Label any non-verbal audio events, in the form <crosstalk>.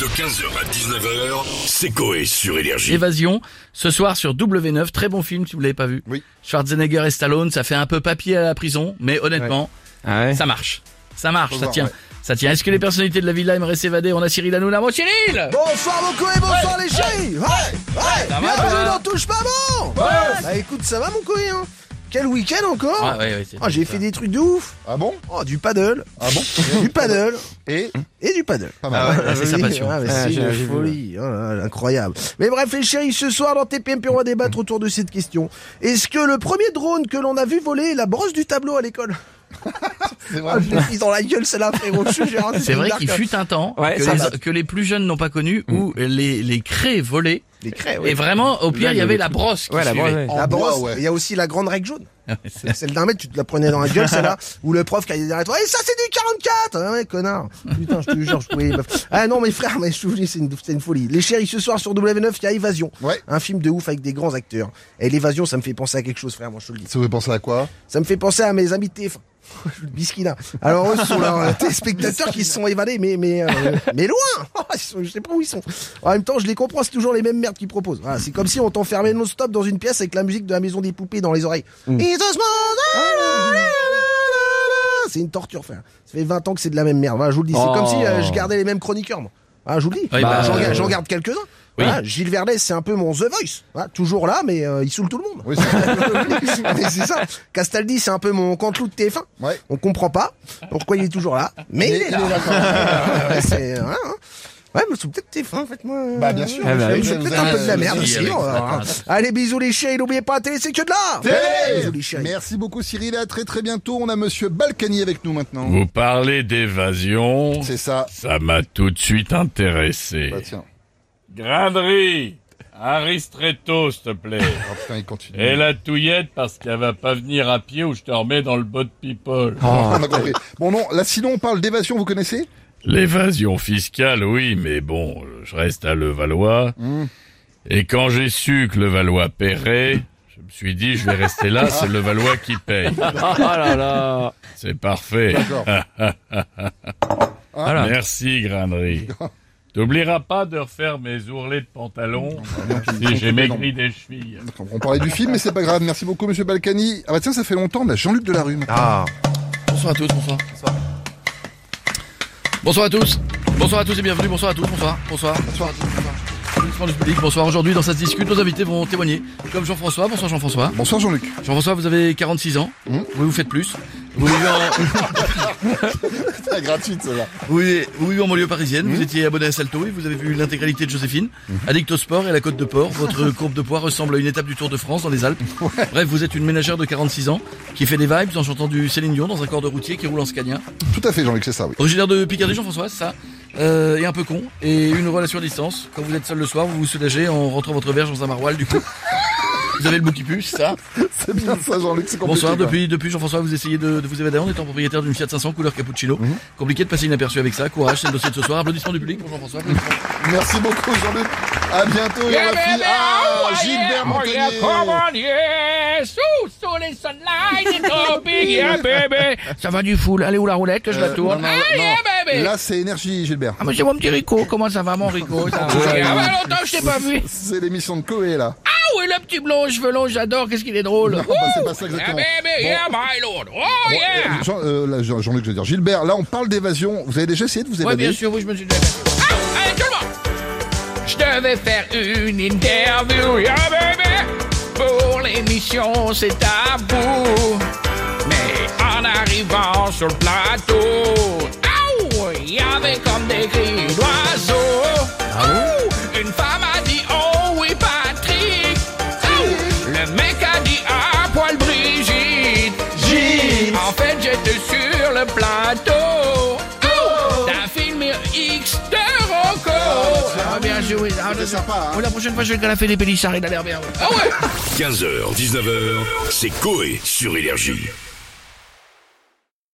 De 15h à 19h, c'est Coé sur Énergie. Évasion, ce soir sur W9, très bon film si vous l'avez pas vu. Oui. Schwarzenegger et Stallone, ça fait un peu papier à la prison, mais honnêtement, ça marche. Ça marche, Faut ça voir, tient. ouais. Ça tient. Est-ce que les personnalités de la villa aimeraient s'évader On a Cyril Hanouna. Bon Cyril Bonsoir mon couille, bonsoir les chéris Ouais, ouais Ça va, Bienvenue toi dans Touche pas bon Bah écoute, ça va mon couille, hein Quel week-end encore Ah, ouais, ouais, c'est- Ah, J'ai fait des trucs de ouf Ah bon Oh, du paddle Ah bon <laughs> Du paddle Et et du paddle. Pas mal. Ah ouais, c'est sa passion. Ah, mais c'est une folie, Oh là là, incroyable. Mais bref, les chéris, ce soir dans TPMP, on va débattre autour de cette question. Est-ce que le premier drone que l'on a vu voler est la brosse du tableau à l'école <laughs> C'est vrai. Ah, <laughs> Je l'ai pris dans la gueule, celle-là, frérot. <laughs> je te jure, C'est vrai dark, qu'il hein. fut un temps Ouais, que, ça les, va. que les plus jeunes n'ont pas connu où les, les craies volaient. Les craies, Et ouais. vraiment, au pire, il y avait la brosse qui Ouais, la suivait. brosse, ouais. <laughs> En La bois, brosse, il ouais. Ah y a aussi la grande règle jaune. C'est Celle d'un mètre, tu te la prenais dans la gueule, celle-là, <laughs> où le prof qui allait derrière toi, et ça c'est du 44 Ah ouais, connard Putain, je te jure, je pouvais... Ah non, mais frère, mais je te jure, c'est une, c'est une folie. Les chéris, ce soir sur W9, il y a Évasion. Ouais. Un film de ouf avec des grands acteurs. Et l'évasion, ça me fait penser à quelque chose, frère, moi je te le dis. Ça vous fait penser à quoi Ça me fait penser à mes amis de <laughs> TF1. Le Bisquina. Alors eux ce sont leurs euh, téléspectateurs qui se sont évadés, mais mais euh, mais loin. <laughs> Ils sont- je sais pas où ils sont. En même temps, je les comprends, c'est toujours les mêmes merdes qu'ils proposent. Voilà, c'est comme si on t'enfermait non-stop dans une pièce avec la musique de la maison des poupées dans les oreilles. It's a ah, small- C'est une torture, frère. Ça fait 20 ans que c'est de la même merde. Voilà, je vous le dis. C'est Oh. comme si euh, je gardais les mêmes chroniqueurs, moi. Voilà, je vous le dis. Oui, Bah, bah, j'en, euh, ga- j'en garde quelques-uns. Voilà, Gilles Verdès, c'est un peu mon The Voice. Voilà, toujours là, mais euh, il saoule tout le monde. Oui, c'est <laughs> Mais c'est ça. Castaldi, c'est un peu mon cantelou de TF1. Ouais. On comprend pas pourquoi il est toujours là, mais, il est là. <laughs> Ouais, c'est- hein, hein. Ouais, mais c'est peut-être TF1 en fait, moi. Bah, bien sûr. Ouais, bah, c'est oui, peut-être vous un peu avez- de la merde Oui, aussi. avec on va ça. voir. Allez, bisous les chéris, n'oubliez pas, télé, c'est que de là Bisous les chéris. Merci beaucoup Cyril, à très très bientôt. On a Monsieur Balkany avec nous maintenant. Vous parlez d'évasion, C'est ça. ça m'a tout de suite intéressé. Bah tiens. Grinderie, un ristretto s'il te plaît. Ah, putain, il continue. Et la touillette parce qu'elle va pas venir à pied ou je te remets dans le bot people. Ah, On a compris. Bon non, là sinon on parle d'évasion, vous connaissez L'évasion fiscale, oui, mais bon, je reste à Levallois. Et quand j'ai su que Levallois paierait, je me suis dit, je vais rester là, c'est Levallois qui paye. Oh là là C'est parfait. D'accord. Voilà. Merci, Grainerie. T'oublieras pas de refaire mes ourlets de pantalon si j'ai maigri des chevilles. On parlait du film, mais c'est pas grave. Merci beaucoup Monsieur Balkany. Ah bah tiens, ça fait longtemps, on a Jean-Luc Delarue. maintenant. Bonsoir à tous, bonsoir. Bonsoir. à tous. Bonsoir à tous et bienvenue. Bonsoir à tous, bonsoir. Bonsoir. Bonsoir à tous, bonsoir. Applaudissements du public. Bonsoir. Aujourd'hui, dans Ça se discute, nos invités vont témoigner. Comme Jean-François. Bonsoir Jean-François. Bonsoir Jean-Luc. Jean-François, vous avez 46 ans. Oui, vous faites plus. Vous vivez <laughs> en, <laughs> C'est gratuit ça va. vous vivez- vous vivez en banlieue parisienne. Vous étiez abonné à Salto et vous avez vu l'intégralité de Joséphine. Addict au sport et à la côte de <laughs> port. Votre courbe de poids ressemble à une étape du Tour de France dans les Alpes. Bref, vous êtes une ménagère de 46 ans qui fait des vibes en chantant du Céline Dion dans un corps de routier qui roule en Scania. Tout à fait Jean-Luc, c'est ça oui. Originaire de Picardie, Jean-François, c'est ça. Euh, et un peu con. Et une relation à distance. Quand vous êtes seul le soir, vous vous soulagez en rentrant votre verge dans un maroilles, du coup. Vous avez le bout qui pue, c'est ça. <laughs> C'est bien ça Jean-Luc, c'est compliqué. Bonsoir. quoi. Depuis, depuis Jean-François, vous essayez de, de vous évader en étant propriétaire d'une Fiat 500 couleur cappuccino. Compliqué de passer inaperçu avec ça. Courage, c'est le dossier de ce soir. Applaudissements du public pour Jean-François. Applaudissements. Merci beaucoup Jean-Luc. À bientôt. Et on va finir. Ah, Gilbert Montagnier. <laughs> Ça va du full. Allez où la roulette? Je Euh, non, non, non. Eh ben. Là, c'est énergie, Gilbert. Ah, monsieur, mon petit Rico. Comment ça va, mon <laughs> Rico? Ça va Ah, bah, longtemps, je t'ai pas vu. C'est l'émission de Coé, là. Ah, oui, le petit blond, cheveux longs, j'adore. Qu'est-ce qu'il est drôle. Oh, Non, bah, c'est pas ça Eh exactement. ben, Bon, euh, Jean, euh, là, Jean- Jean-Luc, je veux dire, Gilbert, là, on parle d'évasion. Vous avez déjà essayé de vous Ouais, évader bien sûr, oui, je me suis déjà battu. Ah, allez, tout le monde Je devais faire une interview, yeah, baby Pour l'émission, c'est tabou Mais en arrivant sur le plateau aouh, Il y avait comme des cris d'oiseaux Ouh, Une femme a dit, oh oui, Patrick Ouh, Le mec a dit, ah, poil Brigitte en fait, j'étais sur le plateau. Oh, D'un film X de Rocco. Ah, bien joué. oui. Ah, C'était sympa, hein. oui, la prochaine fois, je vais le canapé des Pélissard, il a l'air bien. oui. Ah ouais. 15h, 19h, c'est Coé sur Énergie.